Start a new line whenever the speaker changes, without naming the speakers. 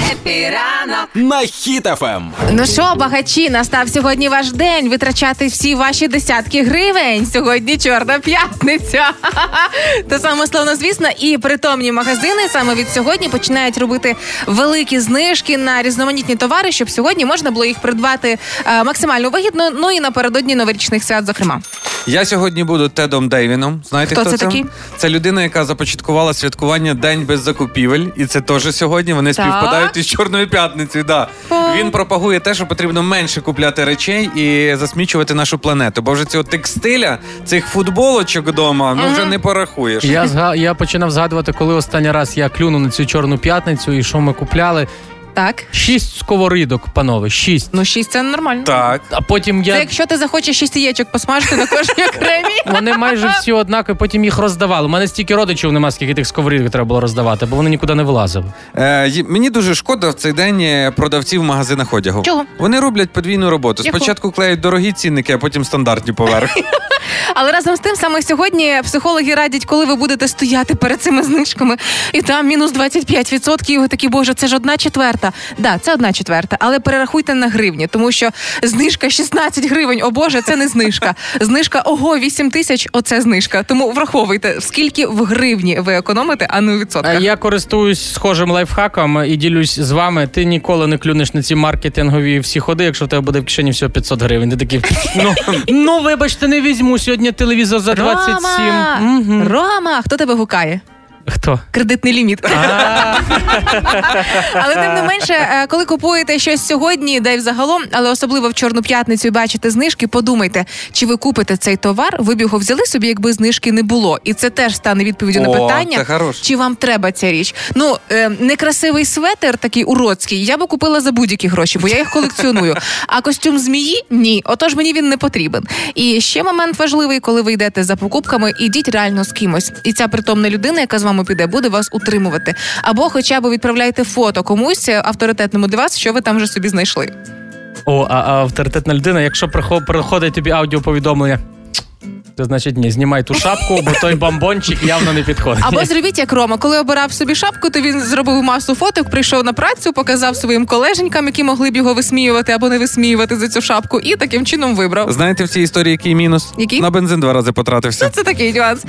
Хеппі ранок!
на Хіт-ФМ.
Ну що, багачі, настав сьогодні ваш день витрачати всі ваші десятки гривень. Сьогодні чорна п'ятниця. Те саме словно, звісно, і притомні магазини саме від сьогодні починають робити великі знижки на різноманітні товари, щоб сьогодні можна було їх придбати е, максимально вигідно. Ну і напередодні новорічних свят, зокрема.
Я сьогодні буду Тедом Дейвіном. Знаєте,
Хто
хто,
це такий?
Це людина, яка започаткувала святкування День без закупівель, і це теж сьогодні. Вони
Так.
співпадають із Чорною п'ятницею. Да.
Так.
Він пропагує те, що потрібно менше купляти речей і засмічувати нашу планету. Бо вже цього текстиля, цих футболочок вдома, ну вже не порахуєш.
Я зга... я починав згадувати, коли останній раз я клюнув на цю чорну п'ятницю і що ми купляли.
Так,
Шість сковоридок, панове, шість.
ну шість це нормально.
Так.
А потім
Це
я.
якщо ти захочеш шість яєчок посмажити на кожній окремій.
Вони майже всі однакові, потім їх роздавали. У мене стільки родичів нема, скільки тих сковорідок треба було роздавати, бо вони нікуди не вилазили.
Е, й- мені дуже шкода в цей день е, продавців в магазинах одягу.
Чого?
Вони роблять подвійну роботу.
Яку?
Спочатку клеють дорогі цінники, а потім стандартні поверх.
Але разом з тим, саме сьогодні психологи радять, коли ви будете стояти перед цими знижками, і там мінус 25%, і ви такі, боже, це ж одна четверта. Да, це одна четверта, але перерахуйте на гривні, тому що знижка 16 гривень, о боже, це не знижка. Знижка ого, 8 тисяч, оце знижка. Тому враховуйте, скільки в гривні ви економите, а не у
Е,
відсотках.
Я користуюсь схожим лайфхаком і ділюсь з вами. Ти ніколи не клюнеш на ці маркетингові всі ходи, якщо в тебе буде в кишені всього 500 гривень. Ти такий, ну, ну вибачте, не візьму сьогодні телевізор за 27.
Рома!
Мгм.
Рома, хто тебе гукає?
Хто?
Кредитний ліміт.
А,
Але тим не менше, е, коли купуєте щось сьогодні, да й взагалом, але особливо в чорну п'ятницю і бачите знижки, подумайте, чи ви купите цей товар, ви б його взяли собі, якби знижки не було. І це теж стане відповіддю на
О,
питання.
це хороше.
Чи вам треба ця річ? Ну е, некрасивий светер, такий уродський, я би купила за будь-які гроші, бо я їх колекціоную. А костюм змії ні. Отож мені він не потрібен. І ще момент важливий, коли ви йдете за покупками, ідіть реально з кимось. І ця притомна людина, яка з вами піде, буде вас утримувати. Або хоча б відправляйте фото комусь е, авторитетному для вас, що ви там вже собі знайшли.
О, а, а авторитетна людина, якщо прихо- приходить тобі аудіоповідомлення. То значить ні, знімай ту шапку, бо той бомбончик явно не підходить.
Або зробіть як Рома, коли обирав собі шапку, то він зробив масу фоток, прийшов на працю, показав своїм колеженькам, які могли б його висміювати або не висміювати за цю шапку, і таким чином вибрав.
Знаєте в цій історії який мінус?
Який?
На бензин два рази потратився.
Це такий нюанс.